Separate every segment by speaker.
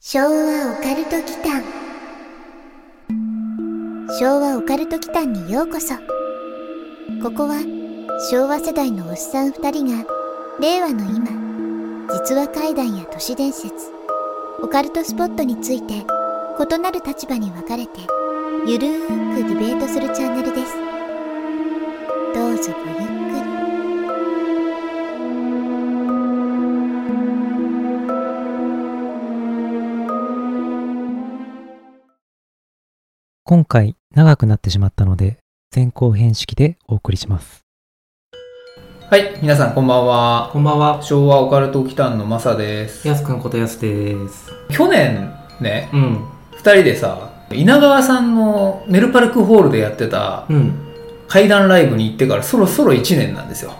Speaker 1: 昭和オカルト祈間昭和オカルト祈間にようこそここは昭和世代のおっさん2人が令和の今実話怪談や都市伝説オカルトスポットについて異なる立場に分かれてゆるーくディベートするチャンネルですどうぞごゆっくり
Speaker 2: 今回長くなってしまったので前後編式でお送りします
Speaker 3: はい、皆さんこんばんは。
Speaker 4: こんばんは、
Speaker 3: 昭和オカルト祈ンのマサです。
Speaker 4: やすくんことやすです。
Speaker 3: 去年ね、
Speaker 4: うん、
Speaker 3: 二人でさ、稲川さんのメルパルクホールでやってた
Speaker 4: うん。
Speaker 3: 怪談ライブに行ってからそろそろ1年なんですよ。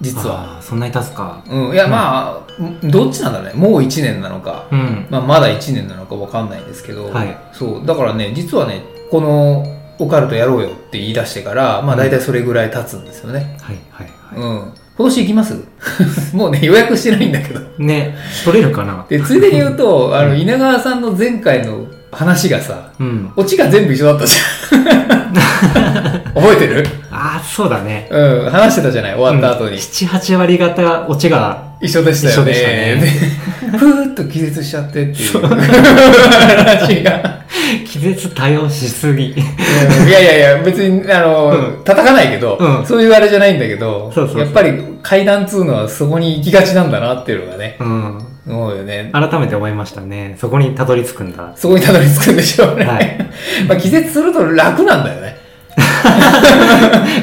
Speaker 3: 実
Speaker 4: あ
Speaker 3: は。
Speaker 4: ー。そんなに経つか。
Speaker 3: うん、いや、まあ、どっちなんだろうね。もう1年なのか、
Speaker 4: うん。
Speaker 3: まあ、まだ1年なのかわかんないんですけど、
Speaker 4: はい
Speaker 3: そう、だからね、実はね、このオカルトやろうよって言い出してから、まあ大体それぐらい経つんですよね。
Speaker 4: はい、はい、
Speaker 3: うん。
Speaker 4: は
Speaker 3: 今年行きます もうね、予約してないんだけど。
Speaker 4: い。ね、取れるかな
Speaker 3: で、ついでに言うと、あの、稲川さんの前回の話がさ、
Speaker 4: うん。
Speaker 3: オチが全部一緒だったじゃん。覚えてる
Speaker 4: ああ、そうだね。
Speaker 3: うん、話してたじゃない、終わった後に。
Speaker 4: 七八割方オチが、
Speaker 3: 一緒でしたよね。
Speaker 4: 一
Speaker 3: でふーっと気絶しちゃってっていう話が。
Speaker 4: 気絶多用しすぎ。
Speaker 3: うんいやいやいや、別に、あの、叩かないけど、
Speaker 4: うん
Speaker 3: そういうあれじゃないんだけど、
Speaker 4: そうそうそう
Speaker 3: やっぱり階段っつうのはそこに行きがちなんだなっていうのがね、
Speaker 4: うん。
Speaker 3: 思うよね。
Speaker 4: 改めて思いましたね。そこにたどり着くんだ。
Speaker 3: そこにたどり着くんでしょうね。
Speaker 4: は
Speaker 3: まあ気絶すると楽なんだよね。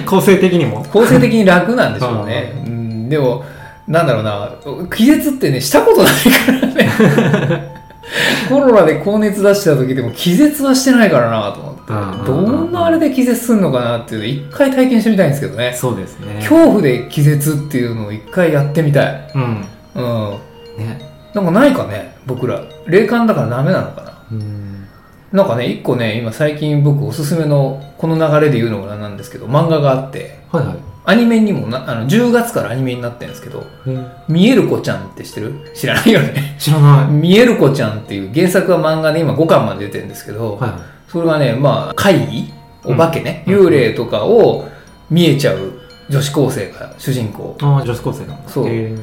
Speaker 4: 構成的にも。
Speaker 3: 構成的に楽なんでしょう ね。うん、でも、なんだろうな、気絶ってね、したことないからね。 コロナで高熱出してた時でも気絶はしてないからなと思って。どんなあれ
Speaker 4: で
Speaker 3: で気絶するのかなっていうの一回体験してみたいんですけどね。
Speaker 4: そうですね。
Speaker 3: 恐怖で気絶っていうのを一回やってみたい。
Speaker 4: うん。
Speaker 3: うん。
Speaker 4: ね。
Speaker 3: なんかないかね、僕ら。霊感だからダメなのかな。
Speaker 4: うん。
Speaker 3: なんかね、一個ね、今最近僕おすすめの、この流れで言うのもなんなんですけど、漫画があって、
Speaker 4: はいはい。
Speaker 3: アニメにもな、あの、10月からアニメになってるんですけど、
Speaker 4: え
Speaker 3: 見える子ちゃんって知ってる知らないよね。
Speaker 4: ー知らない。
Speaker 3: 見える子ちゃんっていう原作は漫画で今5巻まで出てるんですけど、
Speaker 4: はいはい。
Speaker 3: それがね、まあ、怪異お化けね、
Speaker 4: うん
Speaker 3: 幽霊とかを見えちゃう女子高生が主人公
Speaker 4: ああ、女子高生なんだ。
Speaker 3: そう
Speaker 4: えー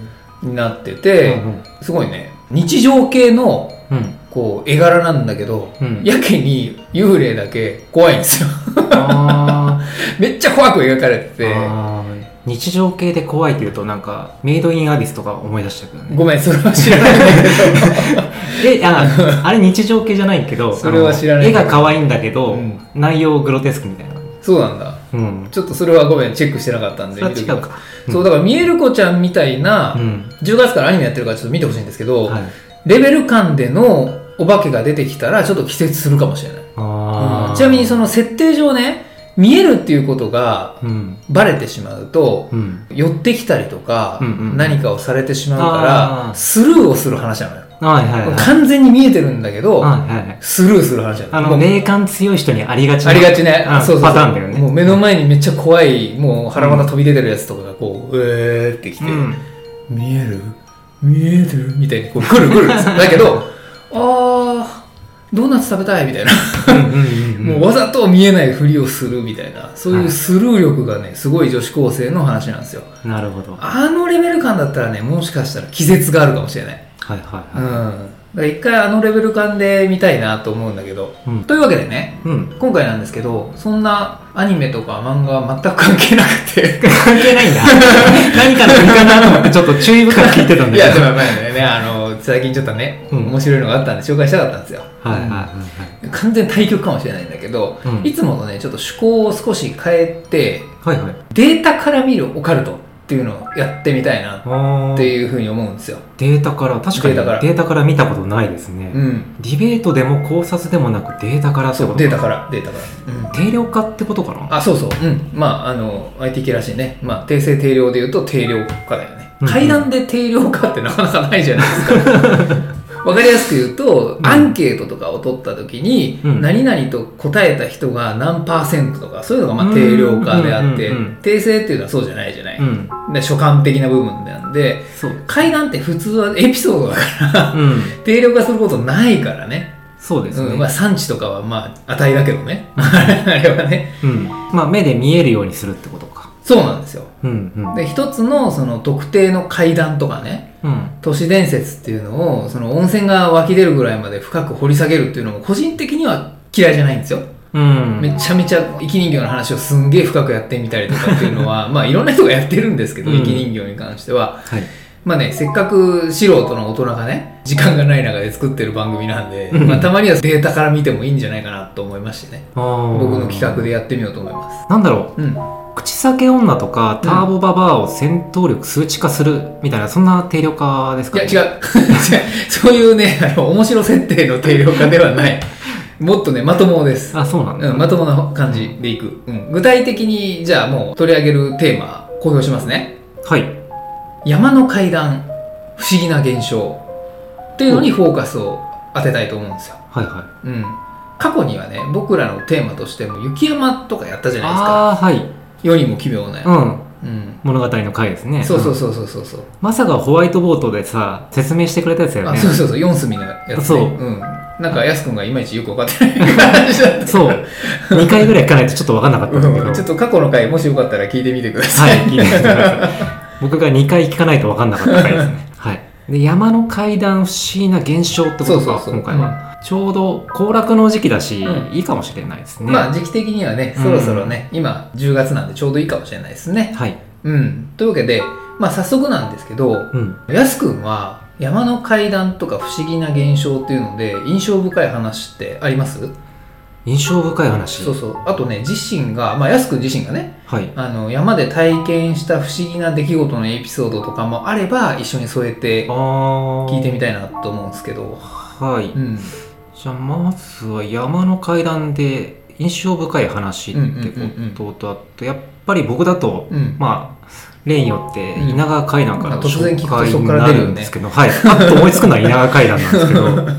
Speaker 3: になってて、
Speaker 4: うん
Speaker 3: すごいね、日常系の
Speaker 4: うん。うん。
Speaker 3: こう絵柄なんだけど、
Speaker 4: うん
Speaker 3: やけに幽霊だけ怖いんですよ。
Speaker 4: あ
Speaker 3: めっちゃ怖く描かれ て
Speaker 4: ー
Speaker 3: て、
Speaker 4: あー日常系で怖いっていうとなんかメイドインアビスとか思い出したけどね
Speaker 3: ごめん、それは知らないんだけど。
Speaker 4: えああれ日常系じゃないけど
Speaker 3: それは知らない
Speaker 4: あの絵が可愛いんだけど、
Speaker 3: うん
Speaker 4: 内容グロテスクみたいな
Speaker 3: そうなんだ。
Speaker 4: うん
Speaker 3: ちょっとそれはごめん、チェックしてなかったん
Speaker 4: そ
Speaker 3: で。
Speaker 4: れは違
Speaker 3: 見とき
Speaker 4: う
Speaker 3: ます
Speaker 4: か
Speaker 3: そう、だから、みえる子ちゃんみたいな、
Speaker 4: うん、
Speaker 3: 10月からアニメやってるからちょっと見てほしいんですけど、
Speaker 4: はい、
Speaker 3: レベル間でのお化けが出てきたら、ちょっと季節するかもしれない。
Speaker 4: あ
Speaker 3: う
Speaker 4: ー
Speaker 3: んちなみに、その設定上ね、見えるっていうことが
Speaker 4: うん
Speaker 3: バレてしまうと、
Speaker 4: うん、
Speaker 3: 寄ってきたりとか、
Speaker 4: うんうん
Speaker 3: 何かをされてしまうか
Speaker 4: あー
Speaker 3: ら、スルーをする話なのよ。
Speaker 4: はいはいはい
Speaker 3: 完全に見えてるんだけど、
Speaker 4: はいはい
Speaker 3: スルーする話なの。
Speaker 4: あ
Speaker 3: も
Speaker 4: の
Speaker 3: う
Speaker 4: 霊感強い人にありがちな
Speaker 3: ありがちね
Speaker 4: う。ん
Speaker 3: そうそうそう
Speaker 4: パターンだよね
Speaker 3: もう目の前にめっちゃ怖い、もう腹股飛び出てるやつとかがこう、うえーってきて、
Speaker 4: うん
Speaker 3: 見える見えるみたいにこうくるくるん ですよだけどあードーナツ食べたいみたいな、
Speaker 4: うんうん
Speaker 3: もうわざと見えないふりをするみたいなそうい
Speaker 4: は
Speaker 3: う
Speaker 4: い
Speaker 3: スルー力がねすごい女子高生の話なんですよ
Speaker 4: うんなるほどはい
Speaker 3: あのレベル感だったらねもしかしたら気絶があるかもしれない
Speaker 4: はい
Speaker 3: うん
Speaker 4: は
Speaker 3: だから一回あのレベル感で見たいなと思うんだけど、
Speaker 4: うん
Speaker 3: というわけでね
Speaker 4: いうん
Speaker 3: 今回なんですけどそんなアニメとか漫画は全く関係なくて
Speaker 4: 関係ないんだ 何かの意味かなと思ってちょっと注意深く聞いてたんだけど
Speaker 3: いや、でもやっぱりね、あの、最近ちょっとね、
Speaker 4: うん
Speaker 3: 面白いのがあったんで紹介したかったんですよ。
Speaker 4: はいはいはい
Speaker 3: 完全対局かもしれないんだけど、
Speaker 4: うん
Speaker 3: いつものね、ちょっと趣向を少し変えて、
Speaker 4: はい。はいはい。
Speaker 3: データから見るオカルトっていうのをやってみたいな
Speaker 4: あ
Speaker 3: って
Speaker 4: う。
Speaker 3: いうふうに思うんですよ。
Speaker 4: データから、確かにデ
Speaker 3: データから
Speaker 4: ータから見たことないですね。
Speaker 3: うん。
Speaker 4: ディベートでも考察でもなくデータからって
Speaker 3: そ
Speaker 4: こ
Speaker 3: う、
Speaker 4: と
Speaker 3: データから、データから。うん
Speaker 4: 定量化ってことかな
Speaker 3: あ、そうそう。うん。まあ、あの、IT 系らしいね。まあ、訂正定量で言うと定量化だよね。
Speaker 4: うんうん
Speaker 3: 階段で定量化ってなかなかないじゃないですか。わかりやすく言うと、
Speaker 4: ん
Speaker 3: アンケートとかを取った時に、
Speaker 4: うん
Speaker 3: 何々と答えた人が何パーセントとか、そういうのがまあ定量化であって、
Speaker 4: うんうんうんうん
Speaker 3: 訂正っていうのはそうじゃないじゃない。
Speaker 4: うん。
Speaker 3: で所感的な部分なんで、
Speaker 4: そう。
Speaker 3: 階段って普通はエピソードだから、
Speaker 4: うん。
Speaker 3: 定量化することないからね。
Speaker 4: そうですね。
Speaker 3: うん、まあ産地とかはまあ値だけどね。 あれはね。
Speaker 4: うん。まあ、目で見えるようにするってことか。
Speaker 3: そうなんですよ。
Speaker 4: うん。うん。
Speaker 3: で、一つのその特定の階段とかね、
Speaker 4: うん。
Speaker 3: 都市伝説っていうのを、その温泉が湧き出るぐらいまで深く掘り下げるっていうのも個人的には嫌いじゃないんですよ。
Speaker 4: うん。
Speaker 3: めちゃめちゃ生き人形の話をすんげえ深くやってみたりとかっていう のは、まあいろんな人がやってるんですけど、
Speaker 4: うん
Speaker 3: 生き人形に関しては。
Speaker 4: はい。
Speaker 3: まあね、せっかく素人の大人がね、時間がない中で作ってる番組なんで、
Speaker 4: うん
Speaker 3: まあ、たまにはデータから見てもいいんじゃないかなと思いましてね、僕
Speaker 4: 僕
Speaker 3: の企画で。やってみようと思います。
Speaker 4: なんだろ
Speaker 3: うん。
Speaker 4: う。口裂け女とか、ターボババアを戦闘力数値化するみたいな、そんな定量化です
Speaker 3: い
Speaker 4: か
Speaker 3: や、
Speaker 4: ね、
Speaker 3: 違う。 違うそういうね、あの、面白設定の定量化ではない。もっとね、まともです。
Speaker 4: あ、そうなんだ。
Speaker 3: うん、まともな感じでいく。うん。具体的に、じゃあもう取り上げるテーマ、公表しますね。
Speaker 4: はい。
Speaker 3: 山の階段、不思議な現象っていうのにフォーカスを当てたいと思うんですよ。
Speaker 4: はいはい。
Speaker 3: うん、過去にはね僕らのテーマとしても雪山とかやったじゃないですか
Speaker 4: ああー、はい。
Speaker 3: 世にも奇妙なや
Speaker 4: うん。
Speaker 3: つ、うん
Speaker 4: 物語の回ですね。
Speaker 3: そうそうんそうそうそうそう、
Speaker 4: まさかホワイトボートでさ、説明してくれたやつだよ
Speaker 3: あ
Speaker 4: ね。
Speaker 3: そうそうそう四隅のやつ、ね、
Speaker 4: そうん
Speaker 3: なんかやすくんがいまいちよく分かってない感じだった
Speaker 4: そう。2回ぐらい聞かないとちょっと分かんなかったんだけど。
Speaker 3: うんちょっと過去の回もしよかったら聞いてみてくださ、
Speaker 4: はいい、聞いてみてください。 僕が2回聞かないと分かんなかった回ですね。はい。で、山の階段不思議な現象ってことか、
Speaker 3: そうそうそう
Speaker 4: 今回は。ちょうど行楽の時期だし、
Speaker 3: うん
Speaker 4: いいかもしれないですね。
Speaker 3: まあ時期的にはねそろそろね、今10月なんでちょうどいいかもしれないですね
Speaker 4: はい。
Speaker 3: うんというわけでまあ早速なんですけど
Speaker 4: うん。
Speaker 3: やすくんは山の階段とか不思議な現象っていうので印象深い話ってあります
Speaker 4: 印象深い話。
Speaker 3: そうそうあとね自身が、まあ、やすくん自身がね
Speaker 4: はい。
Speaker 3: あの山で体験した不思議な出来事のエピソードとかもあれば一緒に添えて
Speaker 4: あ
Speaker 3: 聞いて
Speaker 4: み
Speaker 3: みたいなと思うんですけど、
Speaker 4: はい。
Speaker 3: うん、
Speaker 4: じゃあ、まずは山の階段で印象深い話ってことと、あと、やっぱり僕だと、
Speaker 3: うん、
Speaker 4: まあ、例によって稲川階段から
Speaker 3: うん
Speaker 4: の
Speaker 3: 突然聞
Speaker 4: 紹
Speaker 3: くと
Speaker 4: 介
Speaker 3: そこ
Speaker 4: に
Speaker 3: から
Speaker 4: な
Speaker 3: 出るよね
Speaker 4: るんですけど、 はい、パッと思いつくのは稲川階段なんですけど、
Speaker 3: うん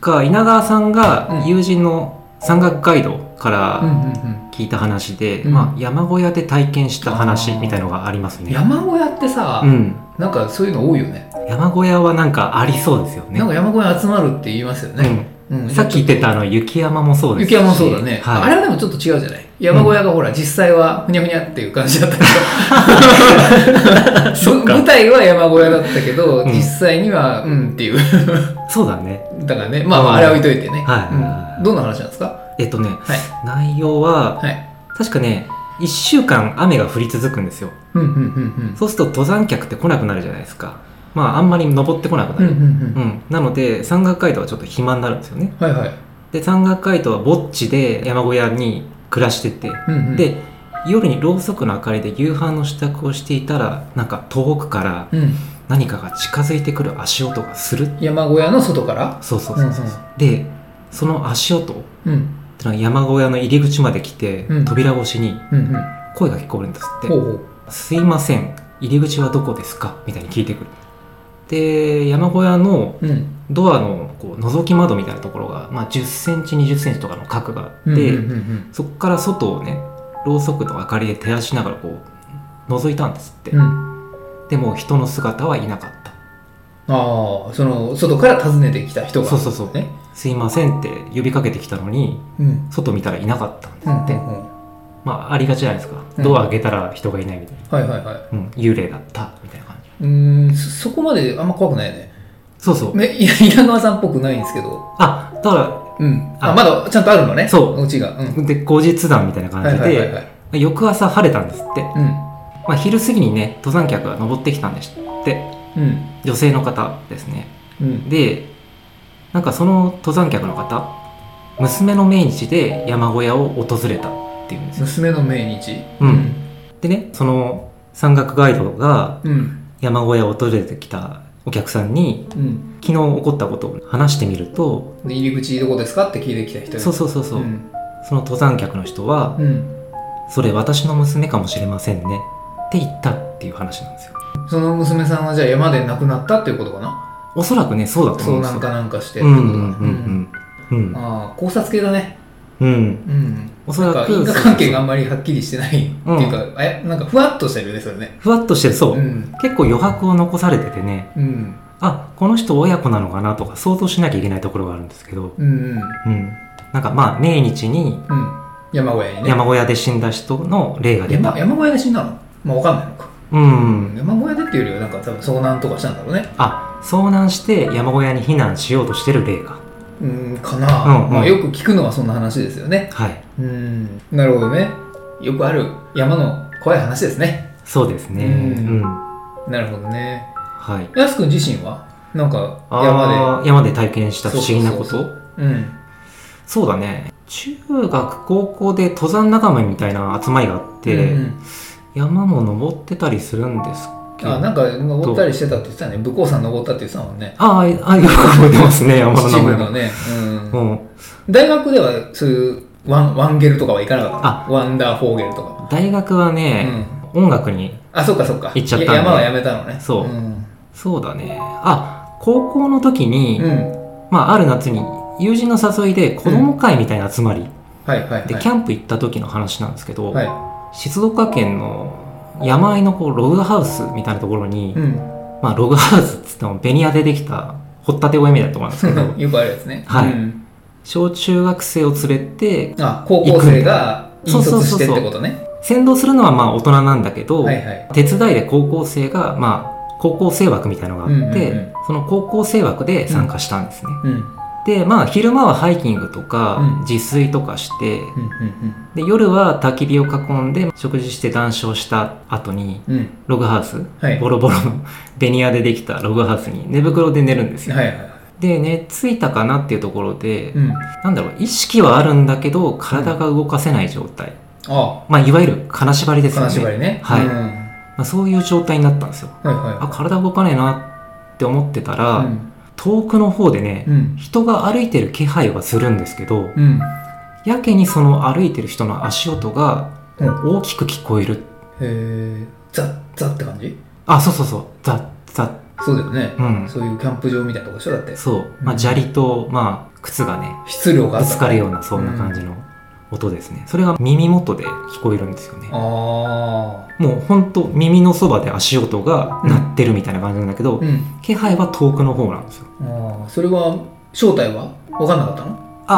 Speaker 4: 確か稲川さんが
Speaker 3: うん
Speaker 4: 友人の山岳ガイドか
Speaker 3: うん
Speaker 4: ら
Speaker 3: うんうん
Speaker 4: 聞いた話で、
Speaker 3: うん
Speaker 4: まあ、山小屋で体験した話みたいのがありますね。
Speaker 3: 山小屋ってさ、
Speaker 4: うん、
Speaker 3: なんかそういうの多いよね
Speaker 4: 山小屋はなんかありそうですよね。
Speaker 3: なんか山小屋集まるって言いますよね、うん
Speaker 4: うん、さっき言ってたあの雪山もそうです
Speaker 3: 雪山もそうだね、
Speaker 4: はい、
Speaker 3: あれはでもちょっと違うじゃない山小屋がほら、実際はふにゃふにゃっていう感じだったけ ど
Speaker 4: そっか
Speaker 3: 舞台は山小屋だったけど、
Speaker 4: うん
Speaker 3: 実際にはうんっていう
Speaker 4: そうだね。
Speaker 3: だからね、まあまあ、あれは置いといてね。
Speaker 4: はい
Speaker 3: うんどんな話なんですか
Speaker 4: えっとね、
Speaker 3: はい。
Speaker 4: 内容は
Speaker 3: はい。
Speaker 4: 確かね1週間雨が降り続くんですよ。
Speaker 3: うんうんうん
Speaker 4: そうすると登山客って来なくなるじゃないですか。まああんまり登ってこなく
Speaker 3: うん。う
Speaker 4: なんる。
Speaker 3: うん
Speaker 4: うんなので山岳ガイドはちょっと暇になるんですよね。
Speaker 3: うん。はいはい。
Speaker 4: で山岳ガイドはぼっちで山小屋に暮らしてて、
Speaker 3: うんうん、
Speaker 4: で夜にろうそくの明かりで夕飯の支度をしていたらなんか遠くから
Speaker 3: うん、
Speaker 4: 何かが近づいてくる足音がする。
Speaker 3: 山小屋の外から。
Speaker 4: そうそうそうそう。でその足音って
Speaker 3: うん
Speaker 4: のは山小屋の入り口まで来て、
Speaker 3: うん
Speaker 4: 扉越しに
Speaker 3: うんうん。
Speaker 4: 声が聞こえるんですって。
Speaker 3: ほうほう。
Speaker 4: すいません入り口はどこですかみたいに聞いてくるで山小屋の
Speaker 3: うん。
Speaker 4: ドアのこう覗き窓みたいなところが、まあ、1 0センチ2 0センチとかの角があって、
Speaker 3: うんうん
Speaker 4: そこから外をねろうそくの明かりで照らしながらこう覗いたんですって、
Speaker 3: うん。うん。
Speaker 4: でも人の姿はいなかった
Speaker 3: ああ、その、外から訪ねてきた人が。
Speaker 4: そうそうそう
Speaker 3: ね。
Speaker 4: すいませんって呼びかけてきたのに
Speaker 3: うん。
Speaker 4: 外見たらいなかったんです
Speaker 3: う
Speaker 4: っ
Speaker 3: ん。
Speaker 4: て、
Speaker 3: うん
Speaker 4: まあありがちじゃないですか
Speaker 3: うん
Speaker 4: ドア開けたら人がいないみたいな、
Speaker 3: はいはいは
Speaker 4: うん、幽霊だったみたいな感じ
Speaker 3: い。うーん、そそこまであんま怖くないよね。
Speaker 4: そうそう、
Speaker 3: ね、いや、稲川さんっぽくないんですけど。
Speaker 4: あだから
Speaker 3: うん。あ、
Speaker 4: あ
Speaker 3: まだちゃんとあるのね。
Speaker 4: そう
Speaker 3: う。ちが。うん。
Speaker 4: で後日談みたいな感じで、
Speaker 3: はい。
Speaker 4: 翌朝晴れたんですって、
Speaker 3: うん。
Speaker 4: まあ、昼過ぎにね登山客が登ってきたんですって
Speaker 3: うん。
Speaker 4: 女性の方ですね
Speaker 3: うん。
Speaker 4: でなんかその登山客の方娘の命日で山小屋を訪れたっていうんですよ
Speaker 3: 娘の命日。
Speaker 4: うん。でねその山岳ガイドが
Speaker 3: うん。
Speaker 4: 山小屋を訪れてきたお客さんに
Speaker 3: うん。
Speaker 4: 昨日起こったことを話してみると
Speaker 3: で入り口どこですかって聞いてきた人に
Speaker 4: そうそうそうそう、
Speaker 3: ん
Speaker 4: その登山客の人は
Speaker 3: うん
Speaker 4: 「それ私の娘かもしれませんね」って言ったっていう話なんですよ
Speaker 3: その娘さんはじゃあ山で亡くなったっていうことかな
Speaker 4: おそらくねそうだと思
Speaker 3: そううん
Speaker 4: です
Speaker 3: な
Speaker 4: よ
Speaker 3: んかなんかして
Speaker 4: うんうんうんうんうん
Speaker 3: ああ考察系だね
Speaker 4: うん
Speaker 3: うん
Speaker 4: おそ
Speaker 3: なん
Speaker 4: ら
Speaker 3: か
Speaker 4: く
Speaker 3: 因果関係があんまりはっきりしてないっていうか、えなんかふわっとしてるよねそれね
Speaker 4: ふわっとしてるそう、
Speaker 3: ん
Speaker 4: 結構余白を残されててね
Speaker 3: うん
Speaker 4: あこの人親子なのかなとか想像しなきゃいけないところがあるんですけど、
Speaker 3: うんうん
Speaker 4: うん、なんかまあ命日に
Speaker 3: うん山小屋にね
Speaker 4: 山小屋で死んだ人の霊が出た
Speaker 3: 山、山小屋で死んだのまあわかんないのか、
Speaker 4: う
Speaker 3: う
Speaker 4: ん、
Speaker 3: ん山小屋でっていうよりはなんか多分遭難とかしたんだろうね
Speaker 4: あ遭難して山小屋に避難しようとしてる霊が
Speaker 3: うんかな、
Speaker 4: うんうん
Speaker 3: まあ、よく聞くのはそんな話ですよね
Speaker 4: はい
Speaker 3: うんなるほどねよくある山の怖い話ですね
Speaker 4: そうですね
Speaker 3: う
Speaker 4: うんん、
Speaker 3: なるほどね
Speaker 4: はい
Speaker 3: やすくん自身はなんか山
Speaker 4: あー山で体験した不思議なこと
Speaker 3: そうそうでうん
Speaker 4: そうだね中学高校で登山仲間みたいな集まりがあって、
Speaker 3: うんうん
Speaker 4: 山も登ってたりするんですけど
Speaker 3: あなんか登ったりしてたって言ってたね武甲山登ったって言ってたもんね
Speaker 4: あーあよく覚えてますね山の名前
Speaker 3: 秩父
Speaker 4: も
Speaker 3: のね、うん
Speaker 4: うん
Speaker 3: 大学ではそういうワンワンゲルとかは行かなかった
Speaker 4: あ
Speaker 3: のワンダーフォーゲルとか、
Speaker 4: 大学はね、音楽に
Speaker 3: あそっかそっか
Speaker 4: 行っちゃったんだ
Speaker 3: いや山はやめたのね
Speaker 4: そうんそうだねあ高校の時に、
Speaker 3: うん
Speaker 4: まあある夏に友人の誘いで子供会みたいな集まり
Speaker 3: はいはいはい
Speaker 4: で、キャンプ行った時の話なんですけど、
Speaker 3: は
Speaker 4: 静岡県の山あいのこうログハウスみたいなところに、
Speaker 3: い、うん
Speaker 4: まあ、ログハウスっつってもベニヤでできた掘ったて小屋みたいなところなんですけど
Speaker 3: よくあるやつね。
Speaker 4: はい
Speaker 3: うん
Speaker 4: 小中学生を連れて
Speaker 3: あ、高校生が引率してってことね。
Speaker 4: 先導するのはまあ大人なんだけど、
Speaker 3: はいはい。
Speaker 4: 手伝いで高校生がまあ高校生枠みたいなのがあって、
Speaker 3: うんうんうん
Speaker 4: その高校生枠で参加したんですね、
Speaker 3: うん。うん
Speaker 4: でまあ昼間はハイキングとか
Speaker 3: うん
Speaker 4: 自炊とかして、
Speaker 3: うん
Speaker 4: で夜は焚き火を囲んで食事して談笑した後に
Speaker 3: うん。うん。
Speaker 4: ログハウス、
Speaker 3: はい。
Speaker 4: ボロボロのベニヤでできたログハウスに寝袋で寝るんですよ、
Speaker 3: はいはい。
Speaker 4: で寝ついたかなっていうところで、
Speaker 3: うん。
Speaker 4: なんだろう意識はあるんだけど体が動かせない状態、
Speaker 3: あ、
Speaker 4: まあいわゆる金縛りですよ
Speaker 3: 金
Speaker 4: ね
Speaker 3: 縛りね。
Speaker 4: はい
Speaker 3: うんはい
Speaker 4: まあ、そういう状態になったんですよ
Speaker 3: は
Speaker 4: あ体動かねえなって思ってたら、
Speaker 3: い。うん
Speaker 4: 遠くの方でね、
Speaker 3: うん。
Speaker 4: 人が歩いてる気配はするんですけど、
Speaker 3: うん。
Speaker 4: やけにその歩いてる人の足音が
Speaker 3: うん
Speaker 4: 大きく聞こえる、
Speaker 3: へえ、ザッザッって感じ
Speaker 4: あそうそうそうザッザッ
Speaker 3: そうだよね
Speaker 4: う。ん
Speaker 3: そういうキャンプ場みたいなとこでしょだって。
Speaker 4: そう、ま
Speaker 3: う
Speaker 4: あ、
Speaker 3: ん
Speaker 4: 砂利と、まあ、靴がね
Speaker 3: 質量があ
Speaker 4: ぶ
Speaker 3: った
Speaker 4: つかるようなそんな感じの音ですね、それが耳元で聞こえるんですよね
Speaker 3: あ
Speaker 4: もうほんと耳のそばで足音が鳴ってるみたいな感じなんだけど、
Speaker 3: あ。うん。
Speaker 4: 気配は遠くの方なんですよ
Speaker 3: ああ。それは、正体は分かんなかったの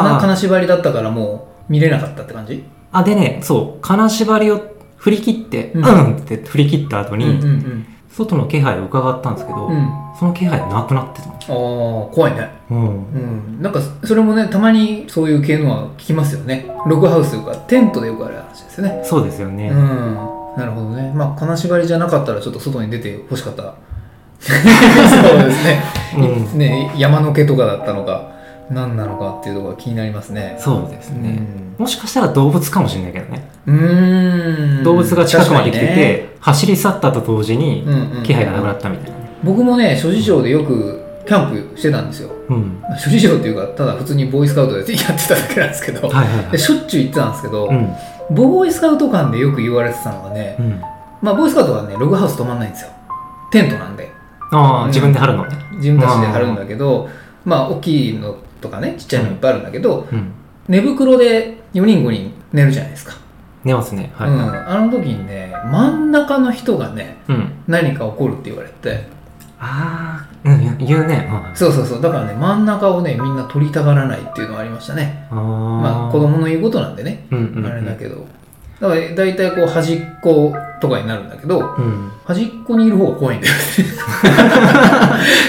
Speaker 3: な
Speaker 4: あ
Speaker 3: 金縛りだったからもう見れなかったって感じ
Speaker 4: あでねそう金縛りを振り切って、
Speaker 3: う
Speaker 4: うんん、って振り切った後
Speaker 3: う
Speaker 4: に、
Speaker 3: んうん
Speaker 4: 外の気配を伺ったんですけど、
Speaker 3: うん。うん。あ
Speaker 4: その気配なくなってたの
Speaker 3: あ、怖いね。
Speaker 4: うん
Speaker 3: うん、なんかそれもねたまにそういう系のは聞きますよねログハウスとかテントでよくある話ですよね
Speaker 4: そうですよ
Speaker 3: う
Speaker 4: ね、
Speaker 3: んなるほどねまあ金縛りじゃなかったらちょっと外に出てほ しかったそうですね,、
Speaker 4: うん
Speaker 3: ね山の毛とかだったのか何なのかっていうところが気になりますね
Speaker 4: そうですね、もしかしたら動物かもしれないけどね、
Speaker 3: うんうん
Speaker 4: 動物が近くまで来てて、
Speaker 3: 確かにね
Speaker 4: 走り去ったと同時に
Speaker 3: うんうん
Speaker 4: 気配がなくなったみたいなね
Speaker 3: 僕もね諸事情でよくキャンプしてたんですよ
Speaker 4: うん、
Speaker 3: 諸事情っていうかただ普通にボーイスカウトでやってただけなんですけど、
Speaker 4: はいはいは
Speaker 3: で
Speaker 4: い
Speaker 3: しょっちゅう行ってたんですけど、
Speaker 4: うん
Speaker 3: ボーイスカウト館でよく言われてたのはね、
Speaker 4: うん
Speaker 3: まあ、ボーイスカウトはね、ログハウス泊まんないんですよ。テントなんで、
Speaker 4: あ
Speaker 3: うん
Speaker 4: あ自分で貼るのね
Speaker 3: 自分たちで張るんだけど、まあ、大きいのとかね、ちっちゃいのいっぱいあるんだけど、
Speaker 4: うん
Speaker 3: 寝袋で4人5人寝るじゃないですか。
Speaker 4: 寝ますねはい、
Speaker 3: うん。あの時にね、真ん中の人がね、
Speaker 4: うん、
Speaker 3: 何か起こるって言われて、
Speaker 4: ああうん言うね、はい
Speaker 3: そうそうそう、だからね、真ん中をね、みんな取りたがらないっていうのはありましたね。
Speaker 4: あー
Speaker 3: まあ、子供の言うことなんでね、
Speaker 4: うんうんうん、
Speaker 3: あれだけど。だから、大体こう、端っことかになるんだけど、
Speaker 4: うん
Speaker 3: 端っこにいる方が怖いんだよね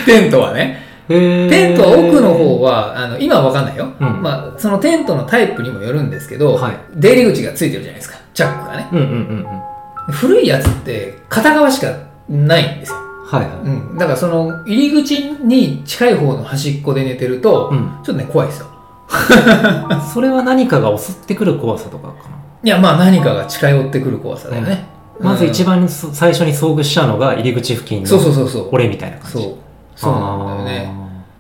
Speaker 3: テントはねテントは奥の方はあの今は分かんないよ、
Speaker 4: うん
Speaker 3: まあ、そのテントのタイプにもよるんですけど、
Speaker 4: はい
Speaker 3: 出入り口がついてるじゃないですかチャックがね
Speaker 4: うんうんうんうんは
Speaker 3: 古いやつって片側しかないんですよ、
Speaker 4: いは
Speaker 3: うん、だからその入り口に近い方の端っこで寝てると、
Speaker 4: い、う
Speaker 3: ちょっとね怖いですよ
Speaker 4: ん、それは何かが襲ってくる怖さとかかない
Speaker 3: やまあ何かが近寄ってくる怖さだよね、
Speaker 4: まず一
Speaker 3: 番、
Speaker 4: 番そ最初に遭遇しちゃうのが入り口付近
Speaker 3: そうそう
Speaker 4: の
Speaker 3: そうそう
Speaker 4: 俺みたいな感じ
Speaker 3: そうそうなんだよね
Speaker 4: ね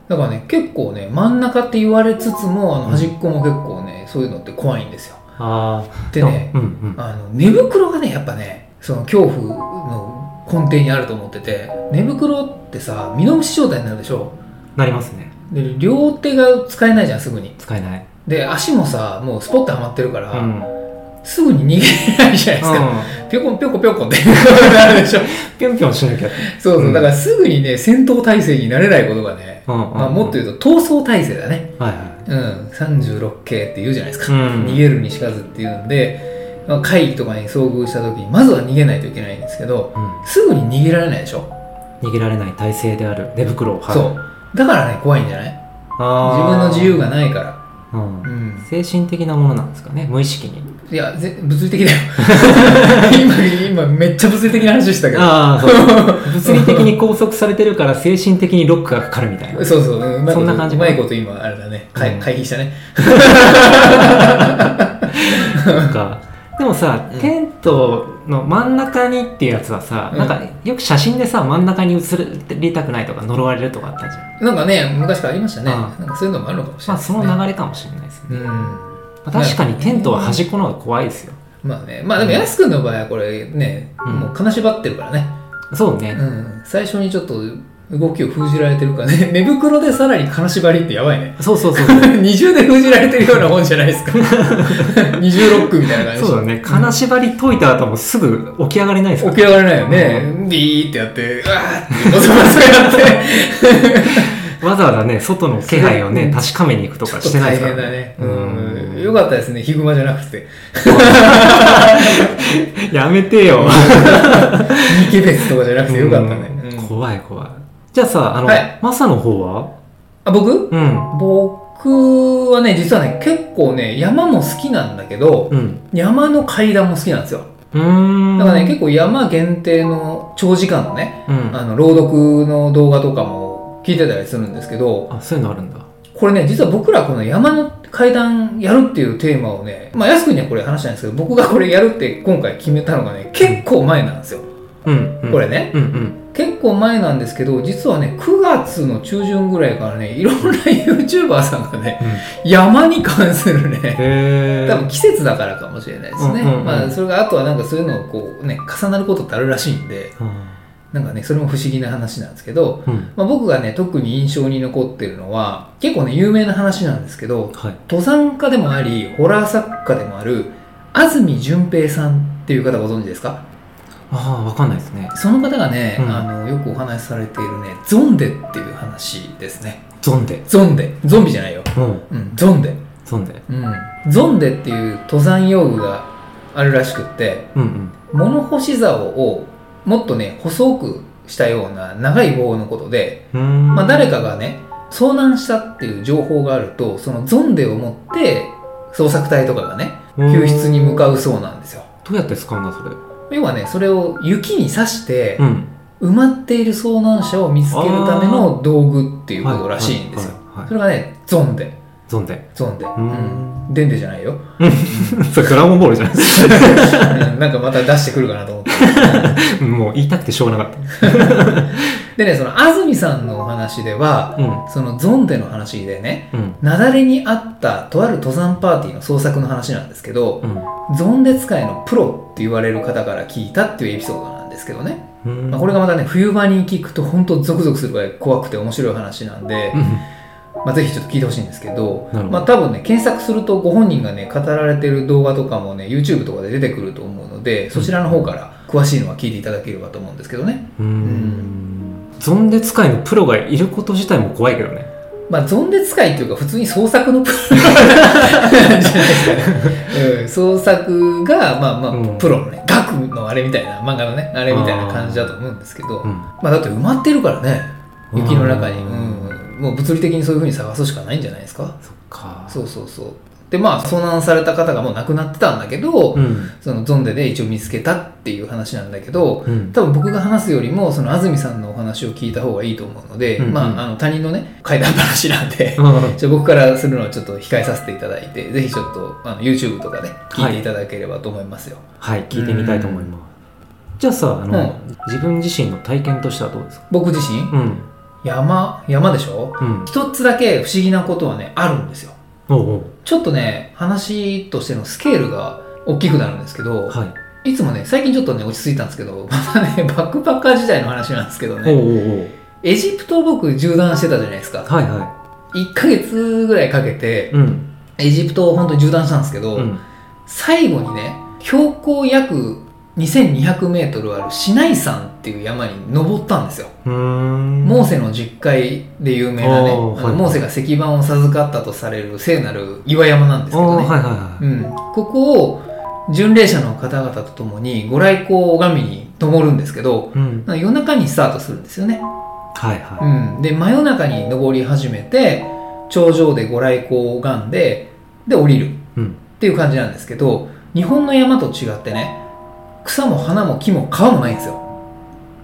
Speaker 3: だからね結構ね真ん中って言われつつもあの端っこも結構ね、そういうのって怖いんですよ
Speaker 4: あー
Speaker 3: でね
Speaker 4: うんうん
Speaker 3: あの寝袋がねやっぱねその恐怖の根底にあると思ってて寝袋ってさ身の虫状態になるでしょ
Speaker 4: なりますね
Speaker 3: で両手が使えないじゃんすぐに
Speaker 4: 使えない
Speaker 3: で足もさもうスポッてはまってるから、
Speaker 4: うん、
Speaker 3: すぐに逃げれないじゃないですか、ぴょこんぴょこぴょこって なるでしょ
Speaker 4: ぴょんぴょんしなきゃ、
Speaker 3: そうそう、
Speaker 4: うん
Speaker 3: だからすぐにね戦闘態勢になれないことがね、
Speaker 4: うんうん
Speaker 3: まあ、もっと言うと闘争態勢だね
Speaker 4: はいは
Speaker 3: うん36系って言うじゃないですか、
Speaker 4: うん
Speaker 3: 逃げるにしかずっていうんで、まあ、怪異とかに遭遇した時にまずは逃げないといけないんですけど
Speaker 4: い、
Speaker 3: すぐに逃げられないでしょ、
Speaker 4: うん、逃げられない体勢である寝袋をはい
Speaker 3: そうだからね怖いんじゃない
Speaker 4: あー
Speaker 3: 自分の自由がないから
Speaker 4: うん
Speaker 3: うん
Speaker 4: 精神的なものなんですかね無意識に
Speaker 3: いやぜ物理的 だよ今今めっちゃ物理的な話したけど
Speaker 4: ああそう 物理的に拘束されてるから精神的にロックがかかるみたいな
Speaker 3: そうそう、うんうまいこと
Speaker 4: そんな感じ
Speaker 3: うまいこと今、あれだね、
Speaker 4: う
Speaker 3: 会
Speaker 4: ん
Speaker 3: 会議したね。
Speaker 4: なんかでもさ、
Speaker 3: うん
Speaker 4: テントの真ん中にっていうやつはさ、
Speaker 3: うん
Speaker 4: なんかよく写真でさ真ん中に写りたくないとか呪われるとかあったじゃん、
Speaker 3: なんかね、昔からありましたね。
Speaker 4: ああ
Speaker 3: なんかそういうのもあるのかもしれ
Speaker 4: まあ
Speaker 3: ないです
Speaker 4: そ
Speaker 3: ね。
Speaker 4: の流れかもしれないですね、
Speaker 3: うん。
Speaker 4: まあ確かにテントは端っこの方が怖いですよ
Speaker 3: まあね、まあでも、やすくんの場合はこれね、
Speaker 4: うん
Speaker 3: もう金縛ってるからね。
Speaker 4: そうね、
Speaker 3: うん。最初にちょっと動きを封じられてるからね。 寝袋でさらに金縛りってやばいね。
Speaker 4: そうそう そうそう
Speaker 3: 二重で封じられてるようなもんじゃな いですか。二重ロックみたいな感じで
Speaker 4: そうだね金縛り解いた後もすぐ起き上がれないですか
Speaker 3: 起き上がれないよね。ビーってやって、うわーって、ボソボソやって。
Speaker 4: わざわざね外の気配を
Speaker 3: う
Speaker 4: ね
Speaker 3: ん
Speaker 4: 確かめに行くとかしてないですから
Speaker 3: 大変だね。
Speaker 4: うん
Speaker 3: うん。よかったですね、ヒグマじゃなく て。
Speaker 4: やめてよ
Speaker 3: イケベスとかじゃなくてよかったね。
Speaker 4: うん
Speaker 3: うん
Speaker 4: 怖い怖いじゃあさあの、
Speaker 3: はい
Speaker 4: マサの方は
Speaker 3: あ、僕
Speaker 4: うん
Speaker 3: 僕はね、実はね、結構ね、山も好きなんだけど、
Speaker 4: うん
Speaker 3: 山の階段も好きなんですよ。
Speaker 4: うーん
Speaker 3: だからね、結構山限定の長時間のね、
Speaker 4: うん
Speaker 3: あの、朗読の動画とかも聞いてたりするんですけど、
Speaker 4: あそういうのあるんだ
Speaker 3: これね、実は僕らこの山の階段やるっていうテーマをね、まあ、安くんにはこれ話したんですけど、僕がこれやるって今回決めたのがね、結構前なんですよ。
Speaker 4: うん、うん、
Speaker 3: これね。
Speaker 4: うんうん
Speaker 3: 結構前なんですけど、実はね、9月の中旬ぐらいからね、いろんな YouTuber さんがね、
Speaker 4: うんへ
Speaker 3: 山に関するね、
Speaker 4: え
Speaker 3: 多分季節だからかもしれないですね。
Speaker 4: うんうんうん
Speaker 3: まあ、それがあとはなんかそういうのをこうね、重なることってあるらしいんで、なんかね、それも不思議な話なんですけど、
Speaker 4: うん
Speaker 3: まあ、僕がね、特に印象に残ってるのは、結構ね、有名な話なんですけど、
Speaker 4: はい
Speaker 3: 登山家でもあり、ホラー作家でもある、安住淳平さんっていう方ご存知ですか
Speaker 4: ああわかんないですね
Speaker 3: その方がね、
Speaker 4: うん
Speaker 3: あのよくお話しされているねゾンデっていう話ですね
Speaker 4: ゾンデ
Speaker 3: ゾンデゾンビじゃないよ、
Speaker 4: うん
Speaker 3: うん、ゾンデ、
Speaker 4: ゾンデ
Speaker 3: うん、ゾンデっていう登山用具があるらしくって
Speaker 4: うんうん
Speaker 3: 物干し竿をもっとね細くしたような長い棒のことで、
Speaker 4: うーん
Speaker 3: まあ、誰かがね遭難したっていう情報があるとそのゾンデを持って捜索隊とかがね救出に向かうそうなんですよ
Speaker 4: どうやって使うんだそれ
Speaker 3: 要はねそれを雪に刺して、
Speaker 4: うん
Speaker 3: 埋まっている遭難者を見つけるための道具っていうことらしいんですよ。
Speaker 4: はいはい
Speaker 3: そ
Speaker 4: はい
Speaker 3: れがね、ゾンデ。
Speaker 4: ゾン デ
Speaker 3: ゾンデ。うんん。デンデじゃないよ。
Speaker 4: それドラゴンボールじゃない
Speaker 3: うん なんかまた出してくるかなと思っ て。
Speaker 4: もう言いたくてしょうがなかっ
Speaker 3: でね、その安住さんのお話では、
Speaker 4: たうん
Speaker 3: そのゾンデの話でね、
Speaker 4: うん
Speaker 3: 雪崩にあったとある登山パーティーの捜索の話なんですけど
Speaker 4: う、ん
Speaker 3: ゾンデ使いのプロって言われる方から聞いたっていうエピソードなんですけどね。
Speaker 4: うん
Speaker 3: まあこれがまたね、冬場に聞くと本当ゾクゾクするぐらい怖くて面白い話なんで、
Speaker 4: うん
Speaker 3: まあ、ぜひちょっと聞いてほしいんですけど
Speaker 4: なるほど
Speaker 3: まあ、多分ね検索するとご本人がね語られてる動画とかもね YouTube とかで出てくると思うのでそちらの方から詳しいのは聞いていただければと思うんですけどね、
Speaker 4: うーんゾンデ使いのプロがいること自体も怖いけどね
Speaker 3: まあ、ゾンデ使いというか普通に創 作のプロじゃないですかね、うん、創作が、まあまあ
Speaker 4: うん
Speaker 3: プロのね額のあれみたいな漫画のねあれみたいな感じだと思うんですけど
Speaker 4: うん
Speaker 3: まあ、だって埋まってるからね雪の中に、
Speaker 4: う
Speaker 3: うんん、もう物理的にそういうふうに探すしかないんじゃないですか
Speaker 4: そっか
Speaker 3: そうそうそうでまあ遭難された方がもう亡くなってたんだけど、
Speaker 4: うん
Speaker 3: そのゾンデで一応見つけたっていう話なんだけど
Speaker 4: うん
Speaker 3: 多分僕が話すよりもその安住さんのお話を聞いた方がいいと思うので、
Speaker 4: うんうん
Speaker 3: まあ、あの他人のね怪談話なんで、
Speaker 4: うん
Speaker 3: じゃあ僕からするのはちょっと控えさせていただいてぜひちょっとあの YouTube とかで聞いていただければと思いますよ、
Speaker 4: はい聞いてみたいと思いますじゃあさあの、自分自身の体験としてはどうですか
Speaker 3: 僕自身
Speaker 4: うん
Speaker 3: 山山でしょ
Speaker 4: うん
Speaker 3: 一つだけ不思議なことはねあるんですよ
Speaker 4: おう
Speaker 3: ちょっとね話としてのスケールが大きくなるんですけど、
Speaker 4: おうはい
Speaker 3: いつもね、最近ちょっとね、落ち着いたんですけど、 またね、バックパッカー時代の話なんですけど
Speaker 4: おう
Speaker 3: ね、
Speaker 4: おうおう
Speaker 3: エジプトを僕、縦断してたじゃないですか。
Speaker 4: はいは
Speaker 3: 1ヶ月ぐらいかけ
Speaker 4: い
Speaker 3: て、
Speaker 4: うん
Speaker 3: エジプトを本当に縦断したんですけど、
Speaker 4: うん
Speaker 3: 最後にね、標高約2200メートルあるシナイ山っていう山に登ったんですよ。
Speaker 4: うーん
Speaker 3: モーセの十戒で有名なね、
Speaker 4: あー
Speaker 3: あの
Speaker 4: はい
Speaker 3: モーセが石板を授かったとされる聖なる岩山なんですけど
Speaker 4: あ
Speaker 3: ね、
Speaker 4: ーはいはいはい
Speaker 3: うん、ここを巡礼者の方々と共にご来光を拝みに登るんですけど
Speaker 4: うん
Speaker 3: 夜中にスタートするんですよね、
Speaker 4: はいは
Speaker 3: うん、で真夜中に登り始めて頂上でご来光を拝んでで降りる
Speaker 4: いうん
Speaker 3: っていう感じなんですけど日本の山と違ってね草も花も木も川もないんですよ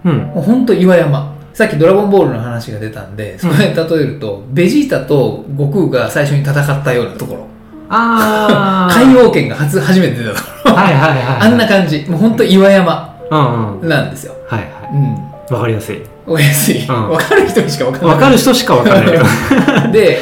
Speaker 4: うん
Speaker 3: もうほんと岩山さっき「ドラゴンボール」の話が出たんでそれに例えると、ベジータと悟空が最初に戦ったようなところ
Speaker 4: ああ
Speaker 3: 海王拳が初初めて出たところ
Speaker 4: はいはいはい
Speaker 3: あんな感じもうほんと岩山
Speaker 4: うんうん
Speaker 3: なんですよ
Speaker 4: はいは
Speaker 3: うん
Speaker 4: いわかりやすい
Speaker 3: お安い、
Speaker 4: う
Speaker 3: わ
Speaker 4: ん
Speaker 3: 分かる人にしか分かんない
Speaker 4: わかる人しかわからない
Speaker 3: で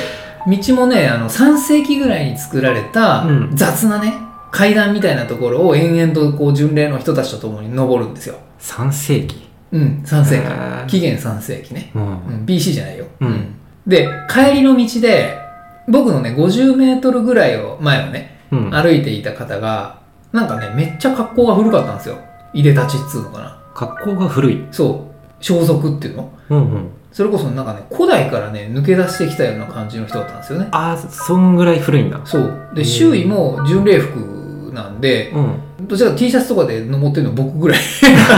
Speaker 3: 道もねあの3世紀ぐらいに作られた
Speaker 4: うん
Speaker 3: 雑なね、階段みたいなところを延々とこう巡礼の人たちと共に登るんですよ
Speaker 4: 三世紀
Speaker 3: うん3世
Speaker 4: へ
Speaker 3: 紀
Speaker 4: ー
Speaker 3: 紀元3世紀ね
Speaker 4: うん
Speaker 3: うん、BC じゃないよ、
Speaker 4: うん
Speaker 3: で帰りの道で僕のね50メートルぐらいを前をね
Speaker 4: うん
Speaker 3: 歩いていた方がなんかねめっちゃ格好が古かったんですよいでたちっつうのかな
Speaker 4: 格好が古い
Speaker 3: そう装束っていうの
Speaker 4: うんうん
Speaker 3: それこそなんかね古代からね抜け出してきたような感じの人だったんですよね
Speaker 4: ああそんぐらい古いんだ
Speaker 3: そう
Speaker 4: へ
Speaker 3: で
Speaker 4: ー
Speaker 3: 周囲も巡礼服なんで
Speaker 4: うん
Speaker 3: どちらかと T シャツとかで登ってるの僕ぐらい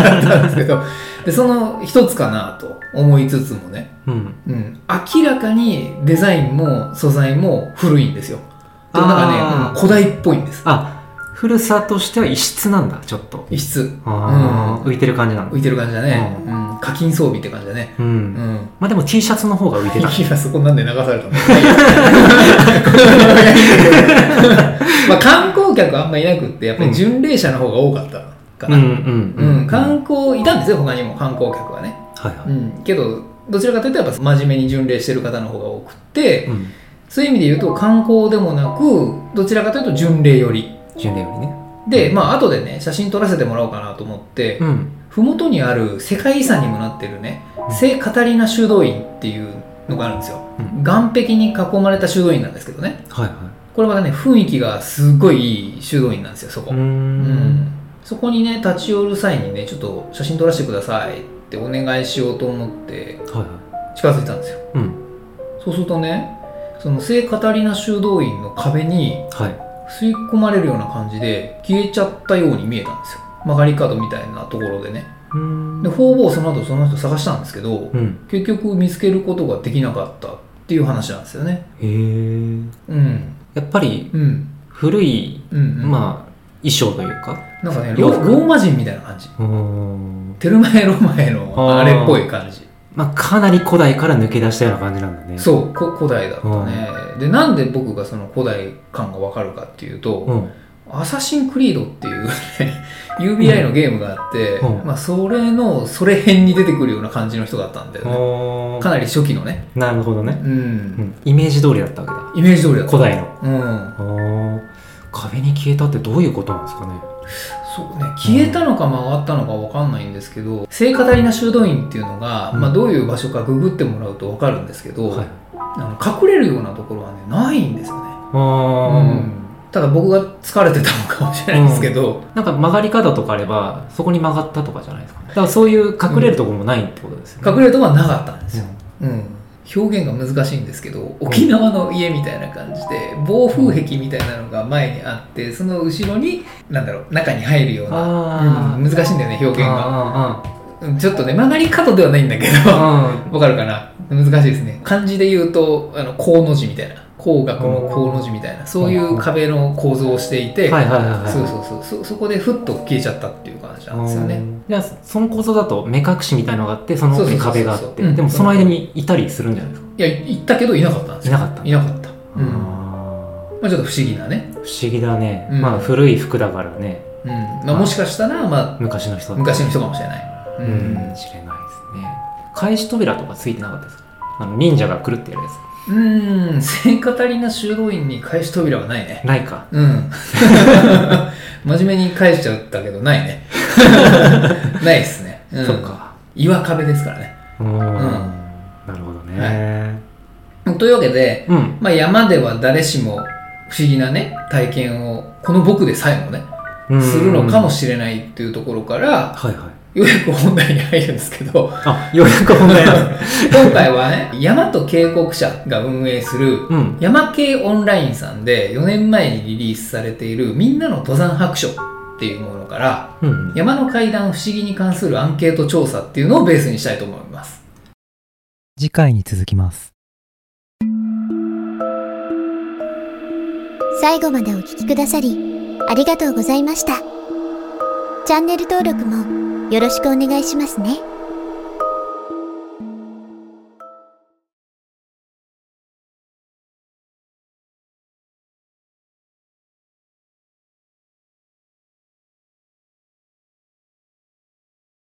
Speaker 3: だったんですけどでその一つかなと思いつつもね
Speaker 4: うん
Speaker 3: うん、明らかにデザインも素材も古いんですよ。でもなんかね、
Speaker 4: あー
Speaker 3: うん古代っぽいんです。
Speaker 4: あ古さとしては異質なんだちょっと
Speaker 3: 異質。
Speaker 4: ああ
Speaker 3: うん
Speaker 4: 浮いてる感じなの
Speaker 3: 浮いてる感じだね。
Speaker 4: う
Speaker 3: うん。課金装備って感じだね。
Speaker 4: う
Speaker 3: うんん。
Speaker 4: まあでも T シャツの方が浮い てた
Speaker 3: いや、そこなんで流されたの まあ観光客あんまいなくって、やっぱり巡礼者の方が多かったか
Speaker 4: う
Speaker 3: な。
Speaker 4: ん
Speaker 3: うん。
Speaker 4: うんうん
Speaker 3: 観光、いたんですよ、他にも観光客はね。
Speaker 4: はいは
Speaker 3: う
Speaker 4: い
Speaker 3: ん。けど、どちらかというとやっぱ真面目に巡礼してる方の方が多くって、
Speaker 4: うん
Speaker 3: そういう意味で言うと観光でもなくどちらかというと巡礼寄り
Speaker 4: 巡礼よりね
Speaker 3: でまあ後でね写真撮らせてもらおうかなと思って、
Speaker 4: うん
Speaker 3: 麓にある世界遺産にもなってるね
Speaker 4: うん
Speaker 3: 聖カタリナ修道院っていうのがあるんですよ、
Speaker 4: うん
Speaker 3: 岸壁に囲まれた修道院なんですけどね
Speaker 4: はいはい
Speaker 3: これまたね雰囲気がすごいいい修道院なんですよそこ、
Speaker 4: うー
Speaker 3: うん
Speaker 4: ん
Speaker 3: そこにね立ち寄る際にねちょっと写真撮らせてくださいってお願いしようと思って
Speaker 4: はいは
Speaker 3: 近づいたんですよ
Speaker 4: いうん
Speaker 3: そうするとねその聖カタリナ修道院の壁に
Speaker 4: はい
Speaker 3: 吸い込まれるような感じで消えちゃったように見えたんですよ曲がり角みたいなところでね
Speaker 4: うーん
Speaker 3: で方々その後その人探したんですけど、
Speaker 4: うん
Speaker 3: 結局見つけることができなかったっていう話なんですよね
Speaker 4: へえ
Speaker 3: うん
Speaker 4: やっぱり
Speaker 3: うん
Speaker 4: 古い
Speaker 3: うん、うん、
Speaker 4: まあ衣装というか
Speaker 3: なんかね
Speaker 4: 洋
Speaker 3: ロ
Speaker 4: 服
Speaker 3: ローマ人みたいな感じ
Speaker 4: うーん
Speaker 3: テルマエロマエの
Speaker 4: あー
Speaker 3: あれっぽい感じ
Speaker 4: まあかなり古代から抜け出したような感じなんだね
Speaker 3: そうこ古代だったねでなんで僕がその古代感がわかるかっていうと、
Speaker 4: うん
Speaker 3: アサシンクリードっていうね UBI のゲームがあって、
Speaker 4: うん
Speaker 3: まあ、それのそれ編に出てくるような感じの人だったんだよね
Speaker 4: お
Speaker 3: か
Speaker 4: ー
Speaker 3: なり初期のね、
Speaker 4: なるほどね
Speaker 3: うん
Speaker 4: うんイメージ通りだったわけだ
Speaker 3: イメージ通りだった
Speaker 4: 古代の
Speaker 3: う
Speaker 4: あ
Speaker 3: ん
Speaker 4: あ壁に消えたってどういうことなんですかね
Speaker 3: そうね消えたのか曲がったのかわかんないんですけど聖カタリナ修道院っていうのが、
Speaker 4: うん
Speaker 3: まあ、どういう場所かググってもらうとわかるんですけど、
Speaker 4: はい
Speaker 3: あの隠れるようなところはねないんですよね、
Speaker 4: ああ、
Speaker 3: うんただ僕が疲れてたのかもしれないんですけど、
Speaker 4: なんか曲がり方とかあればそこに曲がったとかじゃないですか、ね、だからそういう隠れるところもないってことですよね、
Speaker 3: 隠れるとこはなかったんですようん、表現が難しいんですけど沖縄の家みたいな感じで暴風壁みたいなのが前にあってその後ろになんだろう中に入るような、
Speaker 4: ああ、
Speaker 3: うん難しいんだよね表現が
Speaker 4: あ
Speaker 3: うんちょっとね曲がり角ではないんだけ
Speaker 4: ああ
Speaker 3: ど
Speaker 4: あうん
Speaker 3: わかるかな難しいですね漢字で言うとあの甲の字みたいな工学の甲の字みたいなそういう壁の構造をしていて、
Speaker 4: はいはいはいはい
Speaker 3: そうそうそうそそこでふっと消えちゃったっていう感じなんですよね
Speaker 4: うんじゃあその構造だと目隠しみたいのがあってその奥に壁があ
Speaker 3: そうそう
Speaker 4: っ
Speaker 3: そうそ
Speaker 4: て
Speaker 3: ううん
Speaker 4: でもその間にいたりするんじゃないですか、
Speaker 3: いや行ったけどいなかったんですよ
Speaker 4: いなかった
Speaker 3: いなかった、うんま
Speaker 4: あ
Speaker 3: あ、ちょっと不思議なね
Speaker 4: ー不思議だね、
Speaker 3: うん
Speaker 4: まあ古い服だからね
Speaker 3: うんまあ、もしかしたら、まあ、
Speaker 4: 昔の人だったら
Speaker 3: 昔の人かもしれない。う
Speaker 4: うん、知れないですね。返し扉とかついてなかったですかあの忍者が来るってやるやつ。
Speaker 3: うん、聖カタリナ修道院に返し扉はないね。
Speaker 4: ないか。
Speaker 3: うん。真面目に返しちゃったけど、ない ね。ないですね。うん
Speaker 4: そっ。か
Speaker 3: 岩壁ですからね。
Speaker 4: うん
Speaker 3: ん
Speaker 4: なるほどね、
Speaker 3: というわけで、
Speaker 4: うん
Speaker 3: まあ、山では誰しも不思議なね、体験を、この僕でさえもね、
Speaker 4: うん
Speaker 3: するのかもしれないっていうところから、
Speaker 4: はいはい
Speaker 3: ようやく本題に入るんですけど、
Speaker 4: あようやく本題なんですね
Speaker 3: 今回はね、山と渓谷社が運営する、
Speaker 4: うん
Speaker 3: 山系オンラインさんで4年前にリリースされている「みんなの登山白書」っていうものから
Speaker 4: うん
Speaker 3: 山の階段不思議に関するアンケート調査っていうのをベースにしたいと思います
Speaker 2: 次回に続きます。
Speaker 1: 最後までお聞きくださり、ありがとうございました。チャンネル登録もよろしくお願いしますね。